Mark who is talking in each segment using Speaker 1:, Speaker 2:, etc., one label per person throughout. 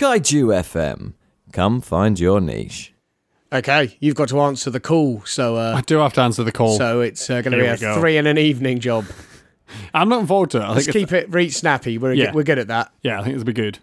Speaker 1: Kaiju FM. Come find your niche.
Speaker 2: Okay, you've got to answer the call. So,
Speaker 3: I
Speaker 2: uh,
Speaker 3: do have to answer the call.
Speaker 2: so it's uh, going to
Speaker 3: Here
Speaker 2: be
Speaker 3: we
Speaker 2: a
Speaker 3: go.
Speaker 2: three and an evening job.
Speaker 3: I'm not involved in it. I
Speaker 2: Let's
Speaker 3: think it's-
Speaker 2: keep it read snappy. We're
Speaker 3: Yeah.
Speaker 2: we're good at that.
Speaker 3: yeah, I think this will be good.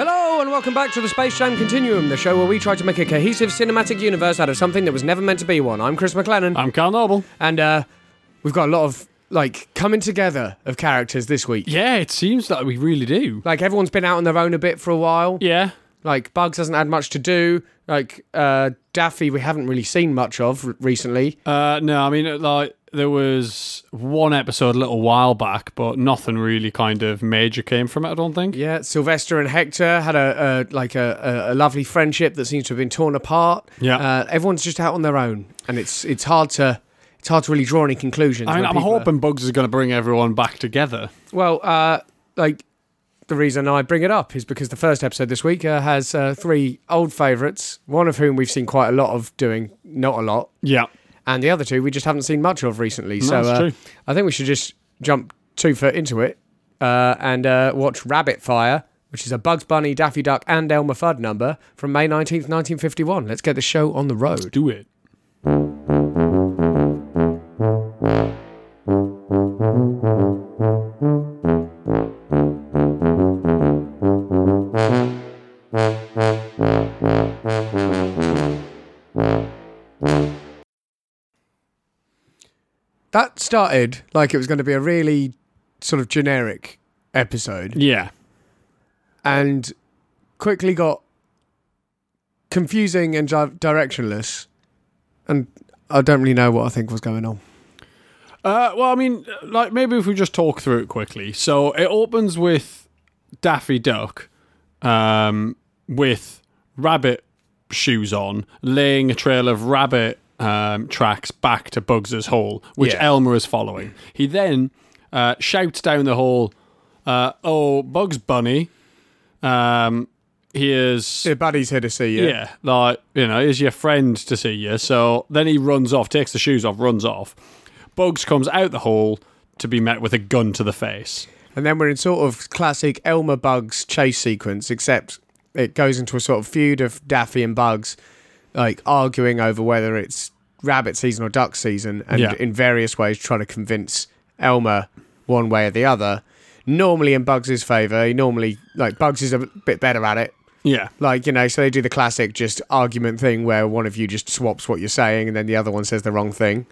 Speaker 2: Hello and welcome back to the Space Jam Continuum, the show where we try to make a cohesive cinematic universe out of something that was never meant to be one. I'm Chris McLennan,
Speaker 3: I'm Carl Noble.
Speaker 2: and uh, we've got a lot of like coming together of characters this week.
Speaker 3: Yeah, it seems that we really do.
Speaker 2: Like everyone's been out on their own a bit for a while.
Speaker 3: Yeah.
Speaker 2: Like Bugs hasn't had much to do. Like uh, Daffy, we haven't really seen much of r- recently.
Speaker 3: Uh, no, I mean, it, like, there was one episode a little while back, but nothing really kind of major came from it, I don't think.
Speaker 2: Yeah, Sylvester and Hector had a, a like a, a, a lovely friendship that seems to have been torn apart.
Speaker 3: Yeah.
Speaker 2: uh, everyone's just out on their own, and it's it's hard to it's hard to really draw any conclusions.
Speaker 3: I mean,
Speaker 2: when
Speaker 3: I'm
Speaker 2: people are-
Speaker 3: hoping Bugs is going to bring everyone back together.
Speaker 2: well, uh, like the reason I bring it up is because the first episode this week uh, has uh, three old favourites, one of whom we've seen quite a lot of doing, not a lot,
Speaker 3: Yeah.
Speaker 2: and the other two we just haven't seen much of recently. so
Speaker 3: that's
Speaker 2: uh,
Speaker 3: true.
Speaker 2: I think we should just jump two foot into it uh, and uh, watch Rabbit Fire, which is a Bugs Bunny, Daffy Duck, and Elmer Fudd number from May 19th, 1951. Let's get the show on the road.
Speaker 3: Do it.
Speaker 2: That started like it was going to be a really sort of generic episode.
Speaker 3: Yeah.
Speaker 2: and quickly got confusing and di- directionless. And I don't really know what I think was going on.
Speaker 3: Uh, well, I mean, like maybe if we just talk through it quickly. So it opens with Daffy Duck um, with rabbit shoes on, laying a trail of rabbit um, tracks back to Bugs's hole, which
Speaker 2: Yeah.
Speaker 3: Elmer is following. He then uh, shouts down the hall, uh, "Oh, Bugs Bunny!" Um, here's
Speaker 2: Your buddy's here to see you.
Speaker 3: yeah. like you know, is your friend to see you. So then he runs off, takes the shoes off, runs off. Bugs comes out the hall to be met with a gun to the face.
Speaker 2: And then we're in sort of classic Elmer Bugs chase sequence, except it goes into a sort of feud of Daffy and Bugs, like arguing over whether it's rabbit season or duck season, and
Speaker 3: Yeah.
Speaker 2: in various ways trying to convince Elmer one way or the other. Normally in Bugs's favour, he normally like Bugs is a bit better at it.
Speaker 3: Yeah,
Speaker 2: Like, you know, so they do the classic just argument thing where one of you just swaps what you're saying and then the other one says the wrong thing.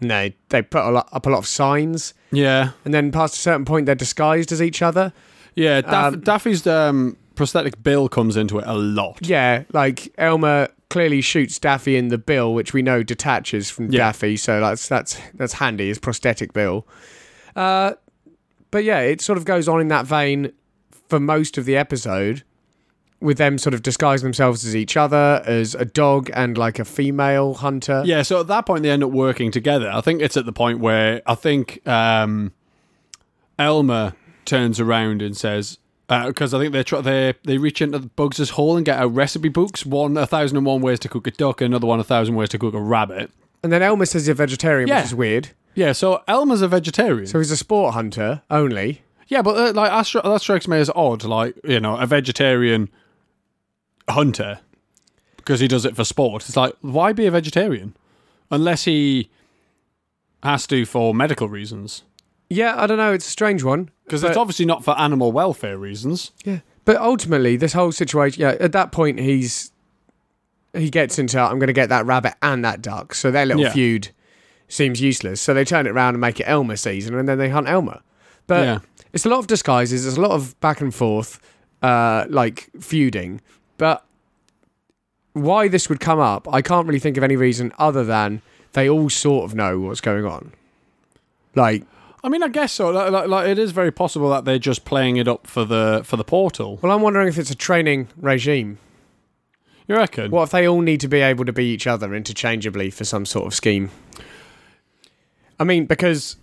Speaker 2: No, they put a lot, up a lot of signs
Speaker 3: yeah,
Speaker 2: and then past a certain point they're disguised as each other.
Speaker 3: yeah. Daff-
Speaker 2: Um,
Speaker 3: Daffy's um, prosthetic bill comes into it a lot.
Speaker 2: Yeah, like Elmer clearly shoots Daffy in the bill, which we know detaches from
Speaker 3: Yeah.
Speaker 2: Daffy, so that's that's that's handy, his prosthetic bill. Uh, but yeah, it sort of goes on in that vein for most of the episode, with them sort of disguising themselves as each other, as a dog and like a female hunter.
Speaker 3: Yeah, so at that point they end up working together. I think it's at the point where I think um, Elmer turns around and says because I think they try they they reach into the Bugs' hole and get out recipe books. One a thousand and one ways to cook a duck, another one a thousand ways to cook a rabbit.
Speaker 2: And then Elmer says he's a vegetarian,
Speaker 3: Yeah.
Speaker 2: which is weird.
Speaker 3: Yeah, so Elmer's a vegetarian.
Speaker 2: So he's a sport hunter only.
Speaker 3: yeah, but uh, like that, stri- that strikes me as odd. Like you know, a vegetarian hunter because he does it for sport. It's like why be a vegetarian unless he has to for medical reasons.
Speaker 2: Yeah, I don't know. It's a strange one.
Speaker 3: Because it's
Speaker 2: But-
Speaker 3: obviously not for animal welfare reasons.
Speaker 2: Yeah, but ultimately, this whole situation. Yeah, at that point, he's he gets into I'm going to get that rabbit and that duck. So their little
Speaker 3: Yeah.
Speaker 2: feud seems useless. So they turn it around and make it Elmer season, and then they hunt Elmer. But
Speaker 3: Yeah.
Speaker 2: it's a lot of disguises. There's a lot of back and forth, uh, like feuding. But why this would come up, I can't really think of any reason other than they all sort of know what's going on. Like,
Speaker 3: I mean, I guess so. Like, like, like, it is very possible that they're just playing it up for the for the portal.
Speaker 2: well, I'm wondering if it's a training regime.
Speaker 3: You reckon?
Speaker 2: What if they all need to be able to be each other interchangeably for some sort of scheme? I mean, because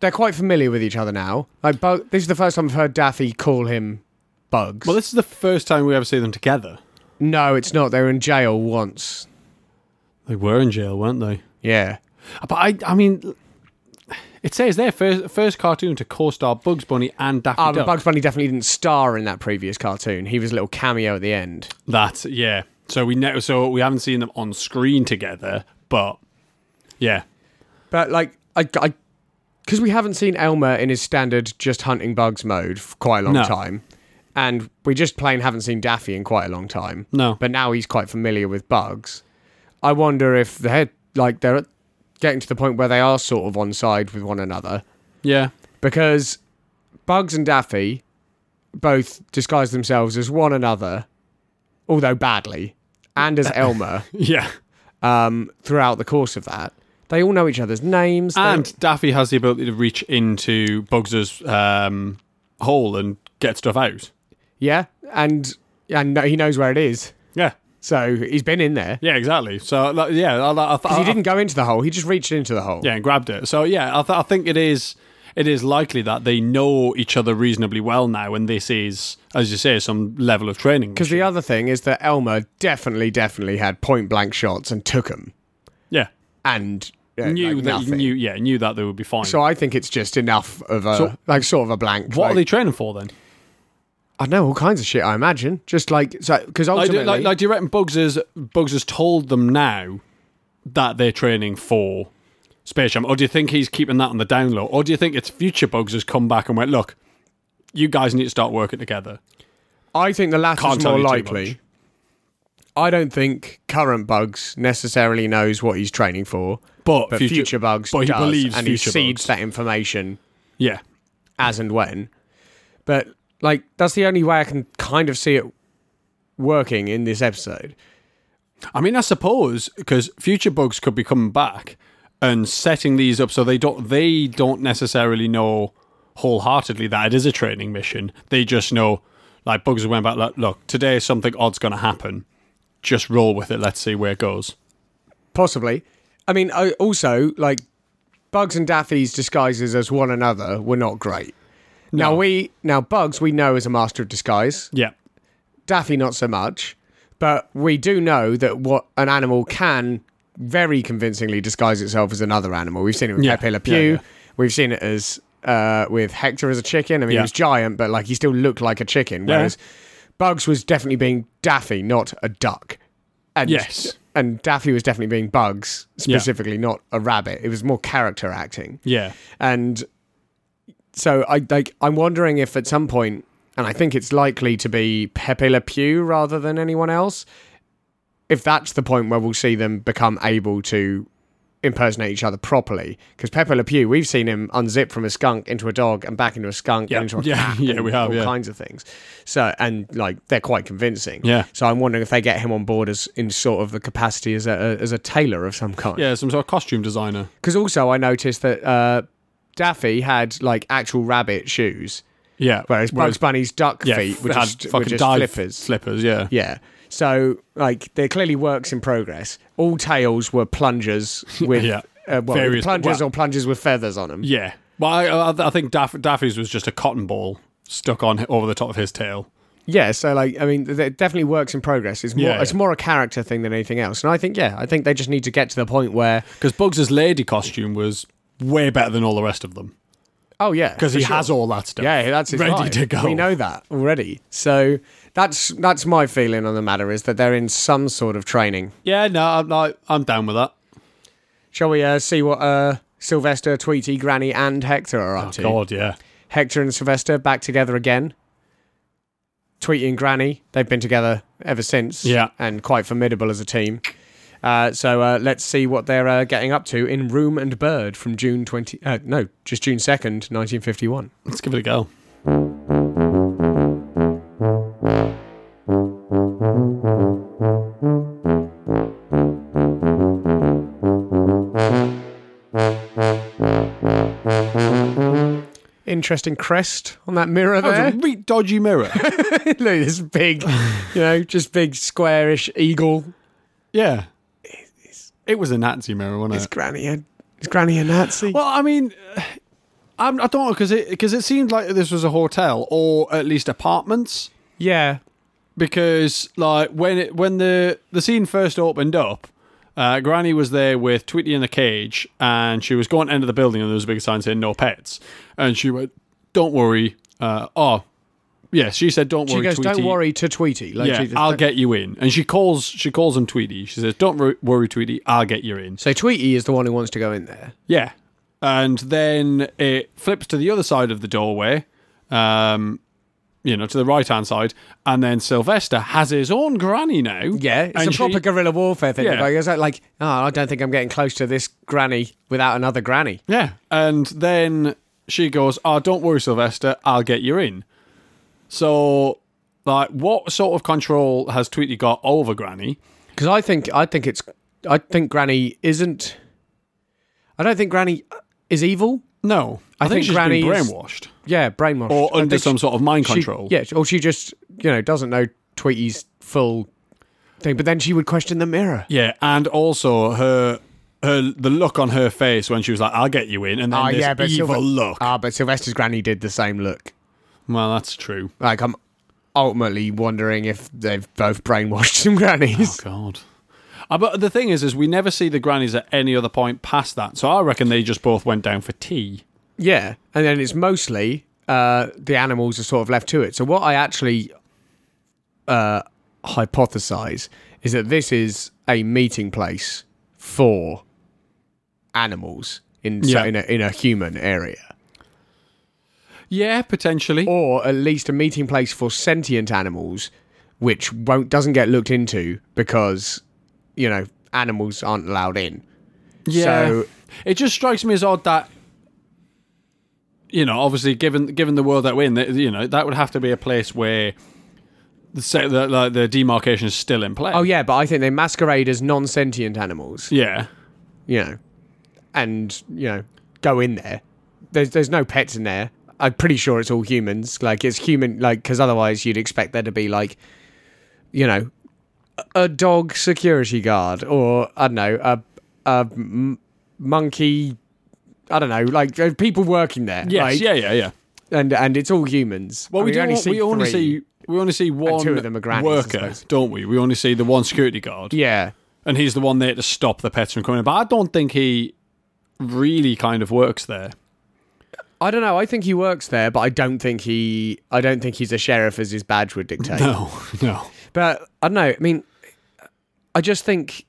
Speaker 2: they're quite familiar with each other now. Like, Bug, this is the first time I've heard Daffy call him Bugs.
Speaker 3: Well, this is the first time we ever see them together.
Speaker 2: no, it's not. They were in jail once.
Speaker 3: They were in jail, weren't they?
Speaker 2: Yeah.
Speaker 3: But I, I mean, it says there first, first cartoon to co-star Bugs Bunny and Daffy
Speaker 2: Ah, but
Speaker 3: Duck.
Speaker 2: Bugs Bunny definitely didn't star in that previous cartoon. He was a little cameo at the end.
Speaker 3: That yeah. So we know. So we haven't seen them on screen together, but yeah,
Speaker 2: But like, I, because we haven't seen Elmer in his standard just hunting bugs mode for quite a long
Speaker 3: No.
Speaker 2: time, and we just plain haven't seen Daffy in quite a long time.
Speaker 3: No.
Speaker 2: but now he's quite familiar with bugs. I wonder if they're like they're getting to the point where they are sort of on side with one another
Speaker 3: yeah.
Speaker 2: because Bugs and Daffy both disguise themselves as one another, although badly, and as Elmer.
Speaker 3: Yeah,
Speaker 2: um, throughout the course of that. They all know each other's names. They-
Speaker 3: and Daffy has the ability to reach into Bugs's um, hole and get stuff out.
Speaker 2: yeah, and and no, he knows where it is,
Speaker 3: Yeah,
Speaker 2: so he's been in there.
Speaker 3: yeah, exactly. So like, yeah, I, I, I,
Speaker 2: 'Cause
Speaker 3: I-
Speaker 2: he didn't go into the hole; he just reached into the hole.
Speaker 3: yeah, and grabbed it. So yeah, I, th- I think it is. It is likely that they know each other reasonably well now, and this is, as you say, some level of training.
Speaker 2: Because the other thing is that Elmer definitely, definitely had point blank shots and took them,
Speaker 3: yeah,
Speaker 2: and uh,
Speaker 3: knew
Speaker 2: like,
Speaker 3: that
Speaker 2: nothing.
Speaker 3: knew yeah knew that they would be fine.
Speaker 2: So I think it's just enough of a
Speaker 3: So-
Speaker 2: like sort of a blank.
Speaker 3: what
Speaker 2: like-
Speaker 3: are they training for then?
Speaker 2: I know all kinds of shit. I imagine just like so because
Speaker 3: I do,
Speaker 2: ultimately,
Speaker 3: like, like, do you reckon Bugs has Bugs has told them now that they're training for Space Jam, or do you think he's keeping that on the down low, or do you think it's future Bugs has come back and went, look, you guys need to start working together?
Speaker 2: I think the latter
Speaker 3: Can't
Speaker 2: is
Speaker 3: tell
Speaker 2: more
Speaker 3: you too
Speaker 2: likely.
Speaker 3: much.
Speaker 2: I don't think current Bugs necessarily knows what he's training for,
Speaker 3: But,
Speaker 2: but future, Bugs
Speaker 3: but he
Speaker 2: does,
Speaker 3: believes
Speaker 2: and he
Speaker 3: future
Speaker 2: seeds
Speaker 3: Bugs.
Speaker 2: that information
Speaker 3: Yeah,
Speaker 2: as and when. But like, that's the only way I can kind of see it working in this episode.
Speaker 3: I mean, I suppose because future Bugs could be coming back and setting these up so they don't they don't necessarily know wholeheartedly that it is a training mission. They just know, like Bugs went back, like, look, today something odd's going to happen. Just roll with it. Let's see where it goes.
Speaker 2: Possibly. I mean, I, also like Bugs and Daffy's disguises as one another were not great. Now we now Bugs we know is a master of disguise.
Speaker 3: Yeah.
Speaker 2: Daffy not so much, but we do know that what an animal can very convincingly disguise itself as another animal. We've seen it with
Speaker 3: Yeah,
Speaker 2: Pepe Le
Speaker 3: yeah,
Speaker 2: Pew.
Speaker 3: yeah.
Speaker 2: We've seen it as uh, with Hector as a chicken. I mean, he
Speaker 3: Yeah.
Speaker 2: was giant, but like he still looked like a chicken.
Speaker 3: Yeah.
Speaker 2: Whereas Bugs was definitely being Daffy, not a duck. And,
Speaker 3: Yes.
Speaker 2: And Daffy was definitely being Bugs,
Speaker 3: Yeah.
Speaker 2: specifically not a rabbit. It was more character acting
Speaker 3: Yeah.
Speaker 2: and so I like I'm wondering if at some point, and I think it's likely to be Pepe Le Pew rather than anyone else, if that's the point where we'll see them become able to impersonate each other properly. Because Pepe Le Pew, we've seen him unzip from a skunk into a dog and back into a skunk
Speaker 3: Yeah.
Speaker 2: and into a
Speaker 3: Yeah,
Speaker 2: cat
Speaker 3: yeah,
Speaker 2: and
Speaker 3: we have,
Speaker 2: all
Speaker 3: yeah.
Speaker 2: kinds of things. So and like they're quite convincing.
Speaker 3: Yeah.
Speaker 2: So I'm wondering if they get him on board as in sort of the capacity as a as a tailor of some kind.
Speaker 3: Yeah. Some sort of costume designer.
Speaker 2: Because also I noticed that uh, Daffy had like actual rabbit shoes,
Speaker 3: Yeah.
Speaker 2: whereas Bugs Bunny's duck
Speaker 3: yeah,
Speaker 2: feet were
Speaker 3: had
Speaker 2: just, were
Speaker 3: fucking
Speaker 2: just
Speaker 3: dive
Speaker 2: flippers.
Speaker 3: Flippers. Yeah.
Speaker 2: yeah. So like they're clearly works in progress. All tails were plungers with
Speaker 3: Yeah.
Speaker 2: uh, well,
Speaker 3: Various-
Speaker 2: plungers
Speaker 3: well-
Speaker 2: or plungers with feathers on them.
Speaker 3: Yeah. Well, I, I- I think Daff- Daffy's was just a cotton ball stuck on over the top of his tail.
Speaker 2: Yeah, so like I mean, th- it definitely works in progress. It's more
Speaker 3: Yeah,
Speaker 2: it's
Speaker 3: yeah.
Speaker 2: more a character thing than anything else. And I think yeah, I think they just need to get to the point where
Speaker 3: Because Bugs' lady costume was way better than all the rest of them.
Speaker 2: oh yeah,
Speaker 3: Because he
Speaker 2: for sure.
Speaker 3: has all that stuff.
Speaker 2: Yeah, that's his
Speaker 3: ready
Speaker 2: vibe.
Speaker 3: to go.
Speaker 2: We know that already. So that's that's my feeling on the matter is that they're in some sort of training.
Speaker 3: Yeah, no, I'm like, I'm down with that.
Speaker 2: Shall we uh, see what uh, Sylvester, Tweety, Granny, and Hector are up to?
Speaker 3: Oh, God, yeah,
Speaker 2: Hector and Sylvester back together again. Tweety and Granny, they've been together ever since.
Speaker 3: Yeah.
Speaker 2: and quite formidable as a team. Uh, so uh, let's see what they're uh, getting up to in Room and Bird from June twenty. Uh, no, just June second, nineteen fifty-one.
Speaker 3: let's give it a go.
Speaker 2: interesting crest on that mirror
Speaker 3: That was
Speaker 2: there.
Speaker 3: a really dodgy mirror.
Speaker 2: Look, this big, you know, just big squarish eagle.
Speaker 3: yeah. It was a Nazi mirror, wasn't it?
Speaker 2: Is Granny a is Granny a Nazi?
Speaker 3: Well, I mean, I'm, I don't know because it because it seemed like this was a hotel or at least apartments
Speaker 2: Yeah,
Speaker 3: because like when it when the the scene first opened up. Uh, Granny was there with Tweety in the cage, and she was going to enter the building, and there was a big sign saying "No pets." And she went, "Don't worry." Uh, oh, yes, she said, "Don't
Speaker 2: she
Speaker 3: worry."
Speaker 2: goes, "Don't
Speaker 3: Tweety."
Speaker 2: worry to Tweety." Like,
Speaker 3: Yeah,
Speaker 2: she just-
Speaker 3: I'll get you in. And she calls she calls him Tweety. She says, "Don't wor- worry, Tweety. I'll get you in."
Speaker 2: So Tweety is the one who wants to go in there.
Speaker 3: Yeah. And then it flips to the other side of the doorway, um, you know, to the right hand side. And then Sylvester has his own granny now.
Speaker 2: Yeah, it's
Speaker 3: and
Speaker 2: a proper
Speaker 3: she-
Speaker 2: guerrilla warfare thing.
Speaker 3: Yeah.
Speaker 2: Like, it's like, like, oh, I don't think I'm getting close to this granny without another granny.
Speaker 3: Yeah. And then she goes, Oh, don't worry, Sylvester. I'll get you in. So, like, what sort of control has Tweety got over Granny?
Speaker 2: Because I think I think it's I think Granny isn't. I don't think Granny is evil.
Speaker 3: No. I,
Speaker 2: think
Speaker 3: she's
Speaker 2: Granny
Speaker 3: been
Speaker 2: is-
Speaker 3: brainwashed
Speaker 2: Yeah, brainwashed
Speaker 3: or
Speaker 2: I
Speaker 3: under
Speaker 2: think
Speaker 3: some sort of mind
Speaker 2: she-
Speaker 3: control.
Speaker 2: Yeah, or she just you know doesn't know Tweety's full thing. But then she would question the mirror.
Speaker 3: Yeah, and also her her the look on her face when she was like, "I'll get you in," and then
Speaker 2: Ah,
Speaker 3: this evil
Speaker 2: Sylve-
Speaker 3: look.
Speaker 2: Ah, but Sylvester's Granny did the same look.
Speaker 3: well, that's true.
Speaker 2: Like I'm ultimately wondering if they've both brainwashed some
Speaker 3: Oh
Speaker 2: grannies.
Speaker 3: God. Uh, but the thing is, is we never see the grannies at any other point past that. So I reckon they just both went down for tea.
Speaker 2: Yeah, and then it's mostly uh, the animals are sort of left to it. So what I actually uh, hypothesize is that this is a meeting place for animals in so
Speaker 3: Yeah.
Speaker 2: in, a, in a human area,
Speaker 3: Yeah, potentially.
Speaker 2: or at least a meeting place for sentient animals, which won't doesn't get looked into because you know animals aren't allowed in.
Speaker 3: yeah.
Speaker 2: so-
Speaker 3: it just strikes me as odd that. You know, obviously, given given the world that we're in, that, you know that would have to be a place where the se- the, like, the demarcation is still in play.
Speaker 2: Oh yeah, but I think they masquerade as non-sentient animals.
Speaker 3: yeah,
Speaker 2: you know, and you know, go in there. There's there's no pets in there. I'm pretty sure it's all humans. Like it's human, like because otherwise you'd expect there to be like, you know, a- a dog security guard or I don't know a a m- monkey. I don't know, like there's people working there.
Speaker 3: yes,
Speaker 2: like,
Speaker 3: yeah, yeah, yeah.
Speaker 2: And and it's all humans.
Speaker 3: Well, we,
Speaker 2: I mean,
Speaker 3: do,
Speaker 2: only see
Speaker 3: we only
Speaker 2: three.
Speaker 3: see we only see one
Speaker 2: two of them are grannies, I
Speaker 3: worker,
Speaker 2: suppose.
Speaker 3: don't we? We only see the one security guard,
Speaker 2: Yeah,
Speaker 3: and he's the one there to stop the pets from coming in. But I don't think he really kind of works there.
Speaker 2: I don't know. I think he works there, but I don't think he. I don't think he's a sheriff as his badge would dictate.
Speaker 3: No, no.
Speaker 2: But I don't know. I mean, I just think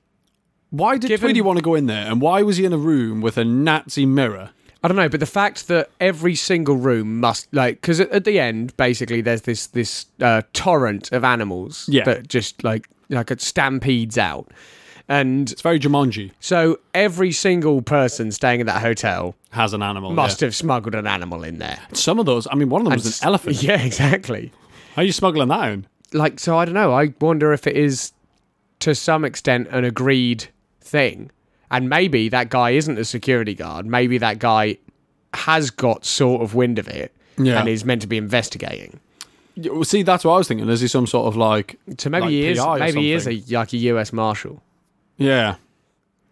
Speaker 3: Why did
Speaker 2: Given-
Speaker 3: Tweety want to go in there, and why was he in a room with a Nazi mirror?
Speaker 2: I don't know. But the fact that every single room must like because at, at the end, basically, there's this this uh, torrent of animals
Speaker 3: Yeah.
Speaker 2: that just like like it stampedes out, and
Speaker 3: It's very Jumanji
Speaker 2: so every single person staying at that hotel
Speaker 3: has an animal.
Speaker 2: must
Speaker 3: yeah.
Speaker 2: have smuggled an animal in there.
Speaker 3: Some of those, I mean, one of them was
Speaker 2: S-
Speaker 3: an elephant.
Speaker 2: Yeah, exactly.
Speaker 3: How are you smuggling that in?
Speaker 2: Like so, I don't know. I wonder if it is to some extent an agreed thing. And maybe that guy isn't a security guard. Maybe that guy has got sort of wind of it
Speaker 3: Yeah.
Speaker 2: and is meant to be investigating.
Speaker 3: Yeah, well, See, that's what I was thinking. Is he some sort of like,
Speaker 2: So maybe
Speaker 3: Like
Speaker 2: he is.
Speaker 3: PI or
Speaker 2: Maybe he is a
Speaker 3: something.
Speaker 2: like a US Marshal.
Speaker 3: yeah,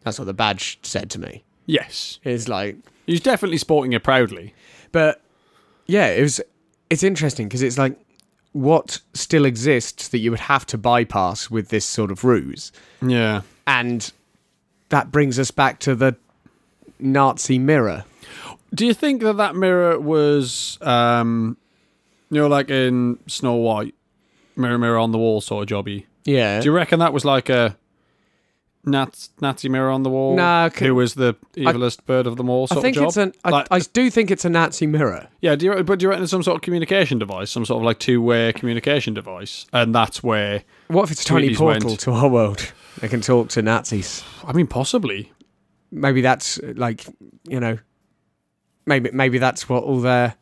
Speaker 2: That's what the badge said to me.
Speaker 3: yes,
Speaker 2: It's like,
Speaker 3: he's definitely sporting it proudly.
Speaker 2: but yeah, it was. It's interesting because it's like what still exists that you would have to bypass with this sort of ruse.
Speaker 3: Yeah.
Speaker 2: And that brings us back to the Nazi mirror.
Speaker 3: Do you think that that mirror was, um, you know, like in Snow White, mirror, mirror on the wall sort of jobby?
Speaker 2: Yeah.
Speaker 3: Do you reckon that was like a Nat, Nazi mirror on the wall?
Speaker 2: Nah, c-
Speaker 3: who was the evilest bird of them all? Sort
Speaker 2: I think
Speaker 3: of job?
Speaker 2: it's an. I,
Speaker 3: Like-
Speaker 2: I do think it's a Nazi mirror.
Speaker 3: yeah. Do you re- but do you reckon it's some sort of communication device, some sort of like two-way communication device, and that's where
Speaker 2: What if it's a tiny
Speaker 3: Tweeties
Speaker 2: portal
Speaker 3: went.
Speaker 2: to our world? They can talk to Nazis.
Speaker 3: I mean, possibly.
Speaker 2: Maybe that's uh, like you know, maybe maybe that's what all their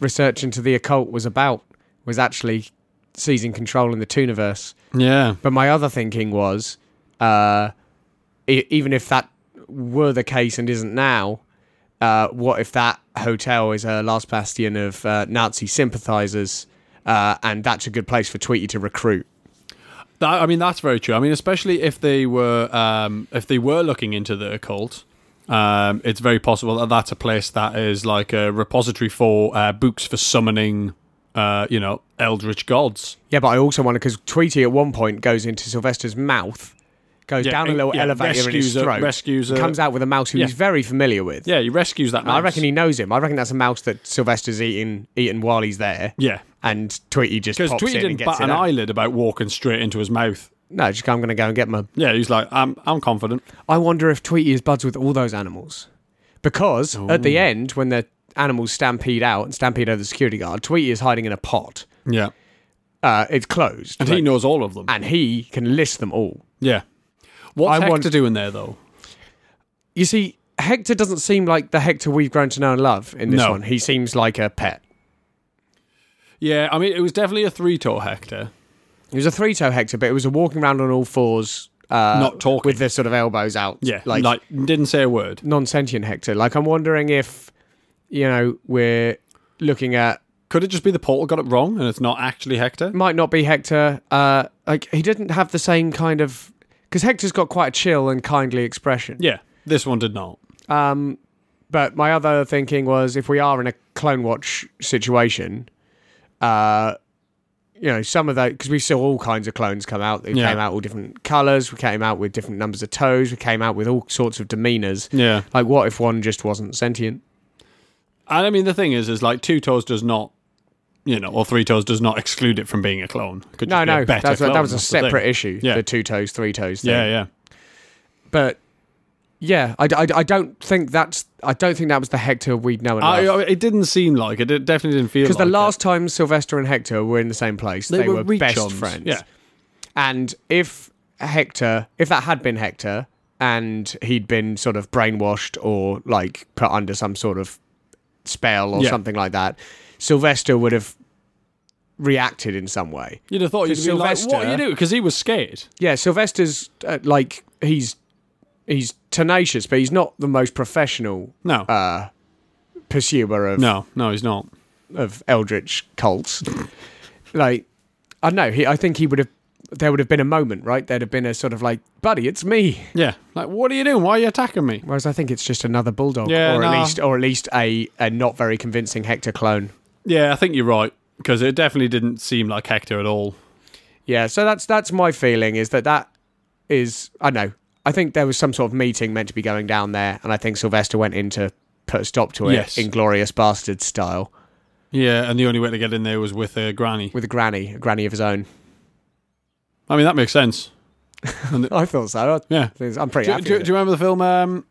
Speaker 2: research into the occult was about was actually seizing control in the Tooniverse.
Speaker 3: Yeah.
Speaker 2: But my other thinking was, uh, e- even if that were the case and isn't now, uh, what if that hotel is a last bastion of uh, Nazi sympathizers, uh, and that's a good place for Tweety to recruit.
Speaker 3: That, I mean, that's very true. I mean, especially if they were um, if they were looking into the occult, um, it's very possible that that's a place that is like a repository for uh, books for summoning, uh, you know, eldritch gods.
Speaker 2: Yeah, but I also wonder because Tweety at one point goes into Sylvester's mouth, goes
Speaker 3: Yeah,
Speaker 2: down a
Speaker 3: and-
Speaker 2: little
Speaker 3: yeah,
Speaker 2: elevator in his
Speaker 3: rescues a-
Speaker 2: throat,
Speaker 3: rescues
Speaker 2: and
Speaker 3: a-
Speaker 2: comes out with a mouse who
Speaker 3: Yeah.
Speaker 2: he's very familiar with.
Speaker 3: Yeah, he rescues that.
Speaker 2: I
Speaker 3: mouse.
Speaker 2: reckon he knows him. I reckon that's a mouse that Sylvester's eaten eaten while he's there,
Speaker 3: Yeah,
Speaker 2: and Tweety just
Speaker 3: because
Speaker 2: pops
Speaker 3: Tweety
Speaker 2: in and
Speaker 3: didn't
Speaker 2: gets
Speaker 3: bat
Speaker 2: it
Speaker 3: an
Speaker 2: out.
Speaker 3: eyelid about walking straight into his mouth.
Speaker 2: No, just go, I'm going to go and get my.
Speaker 3: Yeah, he's like, I'm I'm confident.
Speaker 2: I wonder if Tweety is buds with all those animals, because at the end when the animals stampede out and stampede over the security guard, Tweety is hiding in a pot.
Speaker 3: Yeah,
Speaker 2: Uh, it's closed,
Speaker 3: and he knows all of them.
Speaker 2: and he can list them all.
Speaker 3: Yeah, what's
Speaker 2: I
Speaker 3: Hector
Speaker 2: want-
Speaker 3: doing there though?
Speaker 2: You see, Hector doesn't seem like the Hector we've grown to know and love in this
Speaker 3: No.
Speaker 2: one. He seems like a pet.
Speaker 3: Yeah, I mean, it was definitely a three-toe Hector.
Speaker 2: He was a three-toe Hector, but it was a walking around on all fours, uh,
Speaker 3: Not talking.
Speaker 2: with the sort of elbows out.
Speaker 3: Yeah,
Speaker 2: like,
Speaker 3: like didn't say a word.
Speaker 2: non-sentient Hector. Like I'm wondering if, you know, we're looking at
Speaker 3: Could it just be the portal got it wrong and it's not actually Hector?
Speaker 2: might not be Hector. Uh, like he didn't have the same kind of because Hector's got quite a chill and kindly expression.
Speaker 3: Yeah, this one did not.
Speaker 2: Um, but my other thinking was if we are in a Clone Watch situation, uh, you know, some of that because we saw all kinds of clones come out. They
Speaker 3: Yeah.
Speaker 2: came out all different colours. We came out with different numbers of toes. We came out with all sorts of demeanours.
Speaker 3: Yeah,
Speaker 2: Like, what if one just wasn't sentient?
Speaker 3: and I mean the thing is, is like two toes does not, you know, or three toes does not exclude it from being a clone. It Could just
Speaker 2: No,
Speaker 3: be a
Speaker 2: no,
Speaker 3: better
Speaker 2: that's,
Speaker 3: clone,
Speaker 2: that was a
Speaker 3: that's the thing.
Speaker 2: separate issue.
Speaker 3: Yeah.
Speaker 2: The two toes, three toes thing.
Speaker 3: Yeah, yeah,
Speaker 2: But yeah, I, I, I don't think that's I don't think that was the Hector we'd know and
Speaker 3: I,
Speaker 2: love.
Speaker 3: I- it didn't seem like it. It definitely didn't feel
Speaker 2: Because
Speaker 3: like
Speaker 2: the last time Sylvester and Hector were in the same place,
Speaker 3: it. they,
Speaker 2: they, were,
Speaker 3: reach
Speaker 2: best
Speaker 3: ons.
Speaker 2: friends.
Speaker 3: Yeah,
Speaker 2: And if Hector, if that had been Hector and he'd been sort of brainwashed or like put under some sort of spell or
Speaker 3: Yeah.
Speaker 2: something like that, Sylvester would have reacted in some way.
Speaker 3: you'd have thought you'd
Speaker 2: Because
Speaker 3: be like, "What
Speaker 2: Sylvester-
Speaker 3: are you doing?" Because he was scared.
Speaker 2: Yeah, Sylvester's uh, like he's he's tenacious, but he's not the most professional
Speaker 3: No,
Speaker 2: uh, pursuer of
Speaker 3: no, no, he's not.
Speaker 2: of eldritch cults. like, I don't know. He, I think he would have. There would have been a moment, right? There'd have been a sort of like, buddy, it's me.
Speaker 3: Yeah, like, what are you doing? Why are you attacking me?
Speaker 2: Whereas I think it's just another bulldog,
Speaker 3: Yeah,
Speaker 2: or
Speaker 3: nah.
Speaker 2: at least, or at least a, a not very convincing Hector clone.
Speaker 3: Yeah, I think you're right because it definitely didn't seem like Hector at all.
Speaker 2: Yeah. So that's that's my feeling is that that is I don't know. I think there was some sort of meeting meant to be going down there, and I think Sylvester went in to put a stop to it,
Speaker 3: Yes.
Speaker 2: inglorious bastard style,
Speaker 3: Yeah, and the only way to get in there was with a granny.
Speaker 2: with a granny, a granny of his own.
Speaker 3: I mean, that makes sense.
Speaker 2: I thought so.
Speaker 3: Yeah.
Speaker 2: I- I'm pretty
Speaker 3: Do,
Speaker 2: happy.
Speaker 3: do,
Speaker 2: with
Speaker 3: do you remember the film? Um,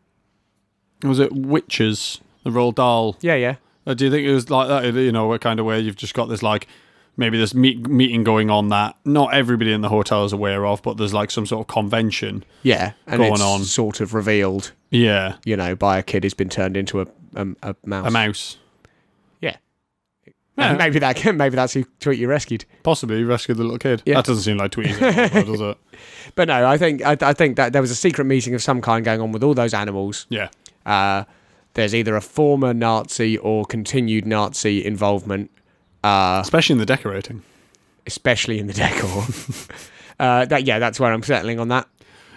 Speaker 3: was it Witches? The Roald Dahl.
Speaker 2: it. Yeah, yeah.
Speaker 3: Uh, do you think it was like that? You know, a kind of where you've just got this like maybe this meet, meeting going on that not everybody in the hotel is aware of, but there's like some sort of convention.
Speaker 2: Yeah, and
Speaker 3: Going
Speaker 2: it's
Speaker 3: on.
Speaker 2: sort of revealed,
Speaker 3: Yeah,
Speaker 2: you know, by a kid who's been turned into a a, a mouse.
Speaker 3: a mouse.
Speaker 2: Yeah.
Speaker 3: Yeah,
Speaker 2: And maybe that maybe that's who Tweety rescued.
Speaker 3: possibly rescued the little kid.
Speaker 2: Yeah.
Speaker 3: That doesn't seem like tweeting, does it?
Speaker 2: But no, I think I, I think that there was a secret meeting of some kind going on with all those animals.
Speaker 3: Yeah,
Speaker 2: Uh, there's either a former Nazi or continued Nazi involvement, uh,
Speaker 3: especially in the decorating.
Speaker 2: especially in the decor. uh, that yeah, that's where I'm settling on that.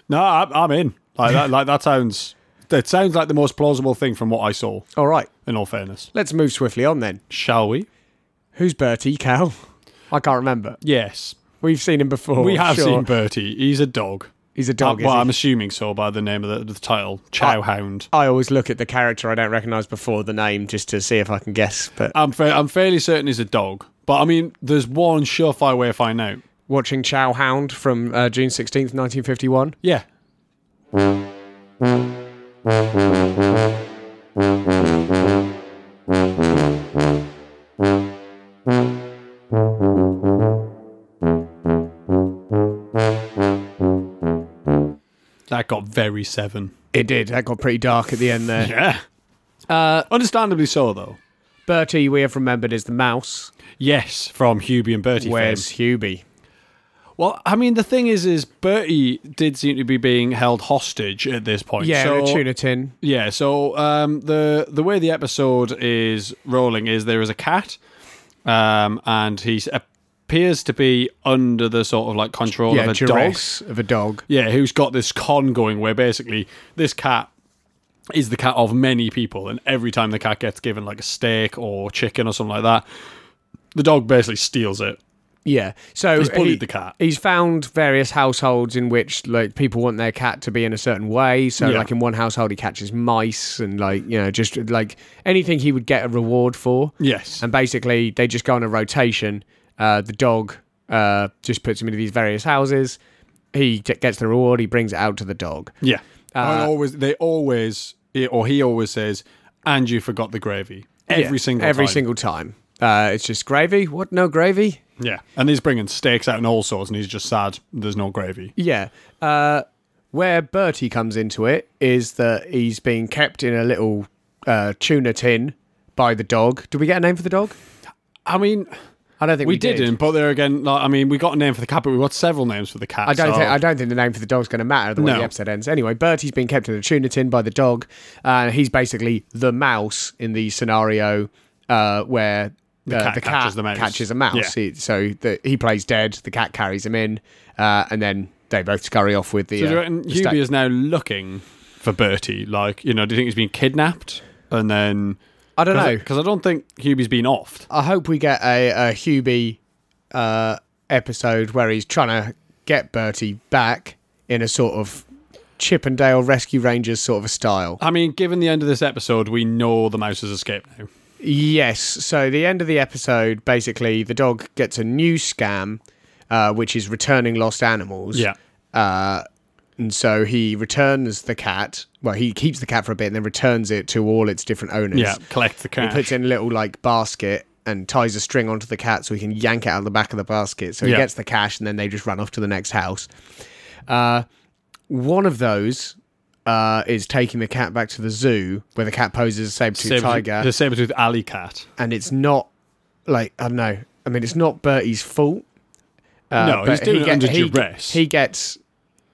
Speaker 3: No, I'm, I'm in. Like that. Like that sounds. That sounds like the most plausible thing from what I saw.
Speaker 2: All right,
Speaker 3: In all fairness,
Speaker 2: let's move swiftly on then.
Speaker 3: shall we?
Speaker 2: Who's Bertie Cal? I can't remember.
Speaker 3: Yes,
Speaker 2: We've seen him before.
Speaker 3: we have
Speaker 2: sure.
Speaker 3: seen Bertie. He's a dog.
Speaker 2: He's a dog.
Speaker 3: Uh,
Speaker 2: is
Speaker 3: well,
Speaker 2: he?
Speaker 3: I'm assuming so by the name of the, the title, Chowhound.
Speaker 2: I always look at the character I don't recognise before the name just to see if I can guess. But uh,
Speaker 3: I'm fa- I'm fairly certain he's a dog, but I mean, there's one surefire way of finding out.
Speaker 2: watching Chow Hound from uh, June 16th, 1951.
Speaker 3: Yeah, that got very seven.
Speaker 2: It did. That got pretty dark at the end there.
Speaker 3: Yeah, uh, understandably so, though.
Speaker 2: Bertie, we have remembered, is the mouse.
Speaker 3: Yes, from Hubie and Bertie.
Speaker 2: Where's Hubie?
Speaker 3: fame. Well, I mean, the thing is, is Bertie did seem to be being held hostage at this point.
Speaker 2: Yeah,
Speaker 3: so,
Speaker 2: in a tuna tin.
Speaker 3: Yeah, so um, the the way the episode is rolling is there is a cat, um, and he s- appears to be under the sort of like control
Speaker 2: Yeah,
Speaker 3: of a dog.
Speaker 2: duress of a dog.
Speaker 3: Yeah, who's got this con going where basically this cat is the cat of many people, and every time the cat gets given like a steak or chicken or something like that, the dog basically steals it.
Speaker 2: Yeah. So
Speaker 3: He's bullied
Speaker 2: he-
Speaker 3: the cat.
Speaker 2: He's found various households in which like people want their cat to be in a certain way. So
Speaker 3: Yeah.
Speaker 2: like in one household he catches mice and like you know just like anything he would get a reward for.
Speaker 3: Yes.
Speaker 2: And basically they just go on a rotation. Uh, the dog uh, just puts him into these various houses. He t- gets the reward. He brings it out to the dog.
Speaker 3: Yeah.
Speaker 2: Uh,
Speaker 3: I always they always he- or he always says, and you forgot the gravy. Every
Speaker 2: Yeah,
Speaker 3: single
Speaker 2: every
Speaker 3: time.
Speaker 2: single time. Uh, it's just gravy. What? No gravy?
Speaker 3: Yeah. And he's bringing steaks out and all sorts and he's just sad there's no gravy.
Speaker 2: Yeah. Uh, where Bertie comes into it is that he's being kept in a little uh, tuna tin by the dog. Did we get a name for the dog?
Speaker 3: I mean
Speaker 2: I don't think we,
Speaker 3: we, didn't, but there again, like, I mean we got a name for the cat, but we got several names for the cat.
Speaker 2: I don't
Speaker 3: so-
Speaker 2: think I don't think the name for the dog's going to matter the way
Speaker 3: No.
Speaker 2: the episode ends. Anyway, Bertie's been kept in a tuna tin by the dog. Uh, he's basically the mouse in the scenario uh, where the,
Speaker 3: cat
Speaker 2: the cat
Speaker 3: catches the mouse.
Speaker 2: catches a mouse.
Speaker 3: Yeah.
Speaker 2: He- so the, he plays dead. The cat carries him in, uh, and then they both scurry off with the.
Speaker 3: Do you
Speaker 2: uh,
Speaker 3: reckon
Speaker 2: the
Speaker 3: Hubie
Speaker 2: steak.
Speaker 3: is now looking for Bertie? Like, you know, do you think he's been kidnapped? And then
Speaker 2: I don't know.
Speaker 3: because I don't think Hubie's been offed.
Speaker 2: I hope we get a, a Hubie uh, episode where he's trying to get Bertie back in a sort of Chippendale Rescue Rangers sort of a style.
Speaker 3: I mean, given the end of this episode, we know the mouse has escaped now.
Speaker 2: Yes. So the end of the episode, basically, the dog gets a new scam, uh, which is returning lost animals.
Speaker 3: Yeah.
Speaker 2: Uh, and so he returns the cat. Well, he keeps the cat for a bit and then returns it to all its different owners.
Speaker 3: Yeah. Collect the
Speaker 2: He
Speaker 3: cat.
Speaker 2: puts it in a little like basket and ties a string onto the cat so he can yank it out of the back of the basket. So he
Speaker 3: Yeah.
Speaker 2: gets the cash and then they just run off to the next house. Uh, one of those uh, is taking the cat back to the zoo where the cat poses a saber-toothed tiger,
Speaker 3: The saber-toothed alley cat.
Speaker 2: and it's not like I don't know. I mean, it's not Bertie's fault. Uh,
Speaker 3: No, he's
Speaker 2: but
Speaker 3: doing it
Speaker 2: get-
Speaker 3: under
Speaker 2: he-
Speaker 3: duress.
Speaker 2: He gets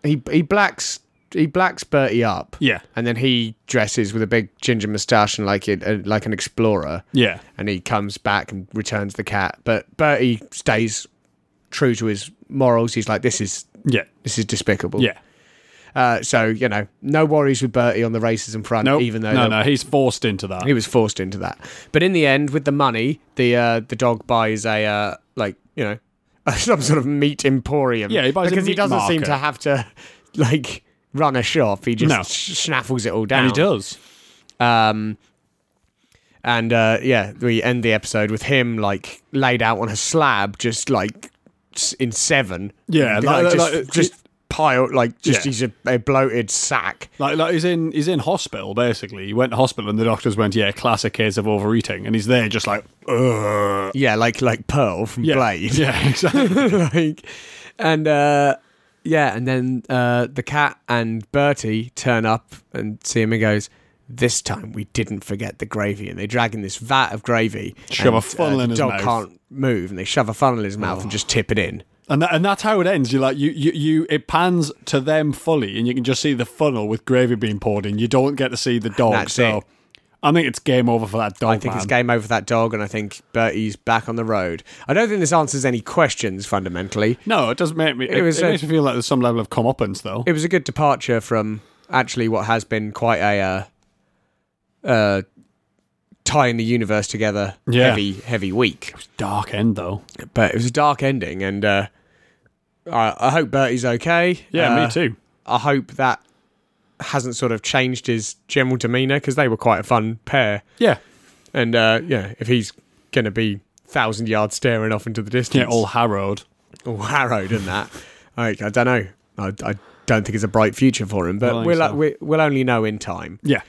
Speaker 2: he he blacks he blacks Bertie up,
Speaker 3: Yeah,
Speaker 2: and then he dresses with a big ginger moustache and like it uh, like an explorer
Speaker 3: yeah,
Speaker 2: and he comes back and returns the cat. But Bertie stays true to his morals. He's like, this is
Speaker 3: yeah,
Speaker 2: this is despicable.
Speaker 3: yeah.
Speaker 2: Uh, so you know, no worries with Bertie on the racism front,
Speaker 3: No,
Speaker 2: even though
Speaker 3: no,
Speaker 2: the-
Speaker 3: no, he's forced into that.
Speaker 2: he was forced into that. But in the end, with the money, the uh, the dog buys a uh, like you know some sort of meat emporium.
Speaker 3: Yeah, he buys a
Speaker 2: because he
Speaker 3: meat
Speaker 2: doesn't seem
Speaker 3: market.
Speaker 2: to have to like run a shop. He just
Speaker 3: No.
Speaker 2: sh- snaffles it all down.
Speaker 3: and he does.
Speaker 2: Um, and uh, yeah, we end the episode with him like laid out on a slab, just like s- in seven.
Speaker 3: Yeah,
Speaker 2: like,
Speaker 3: like-
Speaker 2: just,
Speaker 3: like-
Speaker 2: just piled like just
Speaker 3: Yeah.
Speaker 2: he's a, a bloated sack.
Speaker 3: Like, like he's in, he's in hospital basically. He went to hospital, and the doctors went, "Yeah, classic case of overeating," and he's there just like, Ugh.
Speaker 2: Yeah, like like Pearl from
Speaker 3: yeah,
Speaker 2: Blade.
Speaker 3: yeah, exactly.
Speaker 2: like, and uh, yeah, and then uh, the cat and Bertie turn up and see him and goes. This time we didn't forget the gravy, and they drag in this vat of gravy.
Speaker 3: Shove
Speaker 2: and,
Speaker 3: a
Speaker 2: uh,
Speaker 3: funnel
Speaker 2: the
Speaker 3: in his
Speaker 2: dog
Speaker 3: mouth. Oh.
Speaker 2: can't move, and they shove a funnel in his mouth and just tip it in.
Speaker 3: and that, and that's how it ends. You like, you, you, you, it pans to them fully, and you can just see the funnel with gravy being poured in. You don't get to see the dog.
Speaker 2: That's
Speaker 3: so,
Speaker 2: it.
Speaker 3: I think it's game over for that dog.
Speaker 2: I think
Speaker 3: Oh, man.
Speaker 2: it's game over for that dog, and I think Bertie's back on the road. I don't think this answers any questions fundamentally.
Speaker 3: No, it doesn't make me. It,
Speaker 2: was
Speaker 3: it
Speaker 2: a-
Speaker 3: makes me feel like there's some level of comeuppance though.
Speaker 2: It was a good departure from actually what has been quite a uh, uh, tying the universe together
Speaker 3: Yeah.
Speaker 2: heavy, heavy week.
Speaker 3: Dark end though.
Speaker 2: But it was a dark ending, and uh, I, I hope Bertie's okay.
Speaker 3: Yeah,
Speaker 2: Uh,
Speaker 3: me too.
Speaker 2: I hope that hasn't sort of changed his general demeanour because they were quite a fun pair.
Speaker 3: Yeah.
Speaker 2: And uh, yeah, if he's going to be thousand yards staring off into the distance,
Speaker 3: Yeah, all harrowed.
Speaker 2: all harrowed in that. Like, I don't know. I, I don't think it's a bright future for him,
Speaker 3: I
Speaker 2: but
Speaker 3: think
Speaker 2: we'll,
Speaker 3: so.
Speaker 2: we, we'll only know in time.
Speaker 3: Yeah.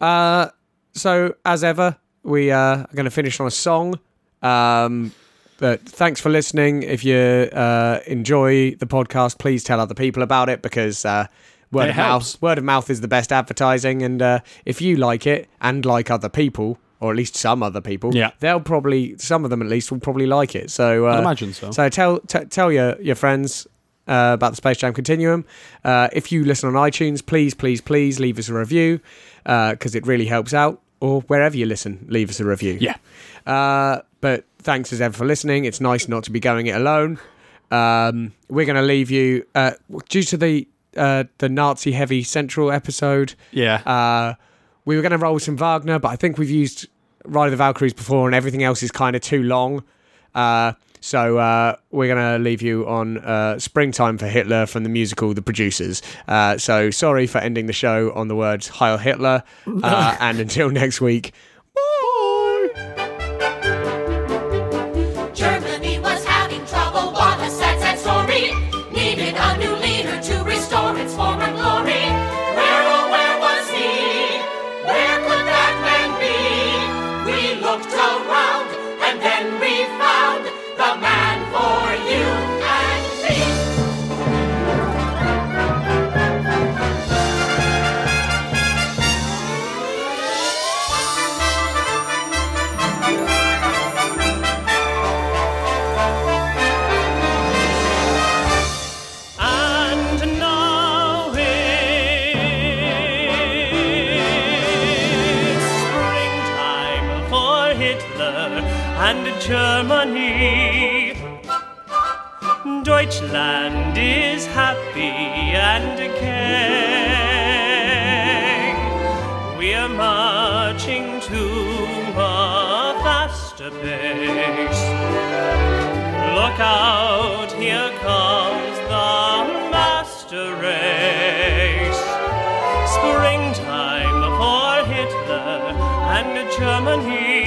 Speaker 2: Uh, so, as ever, we uh, are going to finish on a song. Um, but thanks for listening. If you uh, enjoy the podcast, please tell other people about it because uh, word
Speaker 3: It
Speaker 2: of
Speaker 3: helps.
Speaker 2: mouth word of mouth is the best advertising. And uh, if you like it and like other people, or at least some other people,
Speaker 3: Yeah.
Speaker 2: they'll probably some of them at least will probably like it. So uh,
Speaker 3: I'd imagine so.
Speaker 2: so tell t- tell your your friends uh, about the Space Jam Continuum. Uh, if you listen on iTunes, please, please, please leave us a review because it really helps out. Or wherever you listen, leave us a review.
Speaker 3: Yeah.
Speaker 2: Uh, but thanks as ever for listening. It's nice not to be going it alone. Um, we're going to leave you uh, due to the uh, the Nazi heavy central episode.
Speaker 3: Yeah.
Speaker 2: Uh, we were going to roll with some Wagner, but I think we've used Ride of the Valkyries before, and everything else is kind of too long. Uh, so uh, we're going to leave you on uh, Springtime for Hitler from the musical The Producers. Uh, so sorry for ending the show on the words Heil Hitler. Uh, and until next week,
Speaker 4: Germany was having trouble. What a sad, sad story. Needed a new leader to restore its former glory. Where, oh, where was he? Where could that man be? We looked around and then we found the man for you and me.
Speaker 5: And now it's springtime for Hitler and Germany. Deutschland is happy and king. We're marching to a faster pace. Look out, here comes the master race. Springtime for Hitler and Germany.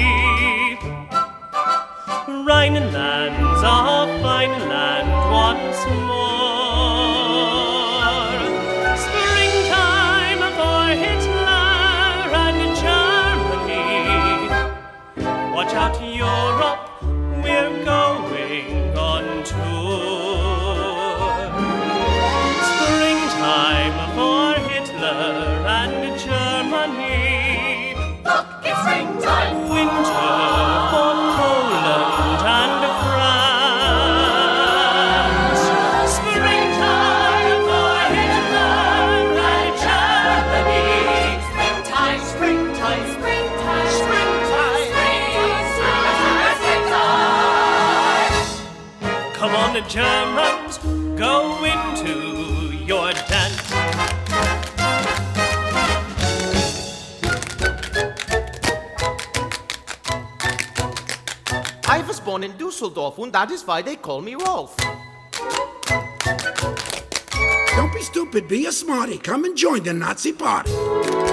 Speaker 5: Rhineland's a fine land once more. Springtime for Hitler and Germany. Watch out, Europe, we're going on tour. Springtime for Hitler and Germany.
Speaker 4: Look, it's springtime.
Speaker 5: Winter for Poland and France.
Speaker 4: Springtime for Hitler and Germany. Springtime, springtime, springtime, springtime, springtime, springtime.
Speaker 5: Come on, Germans, go into your dance.
Speaker 6: I was born in Dusseldorf, and that is why they call me Rolf.
Speaker 7: Don't be stupid, be a smarty. Come and join the Nazi party.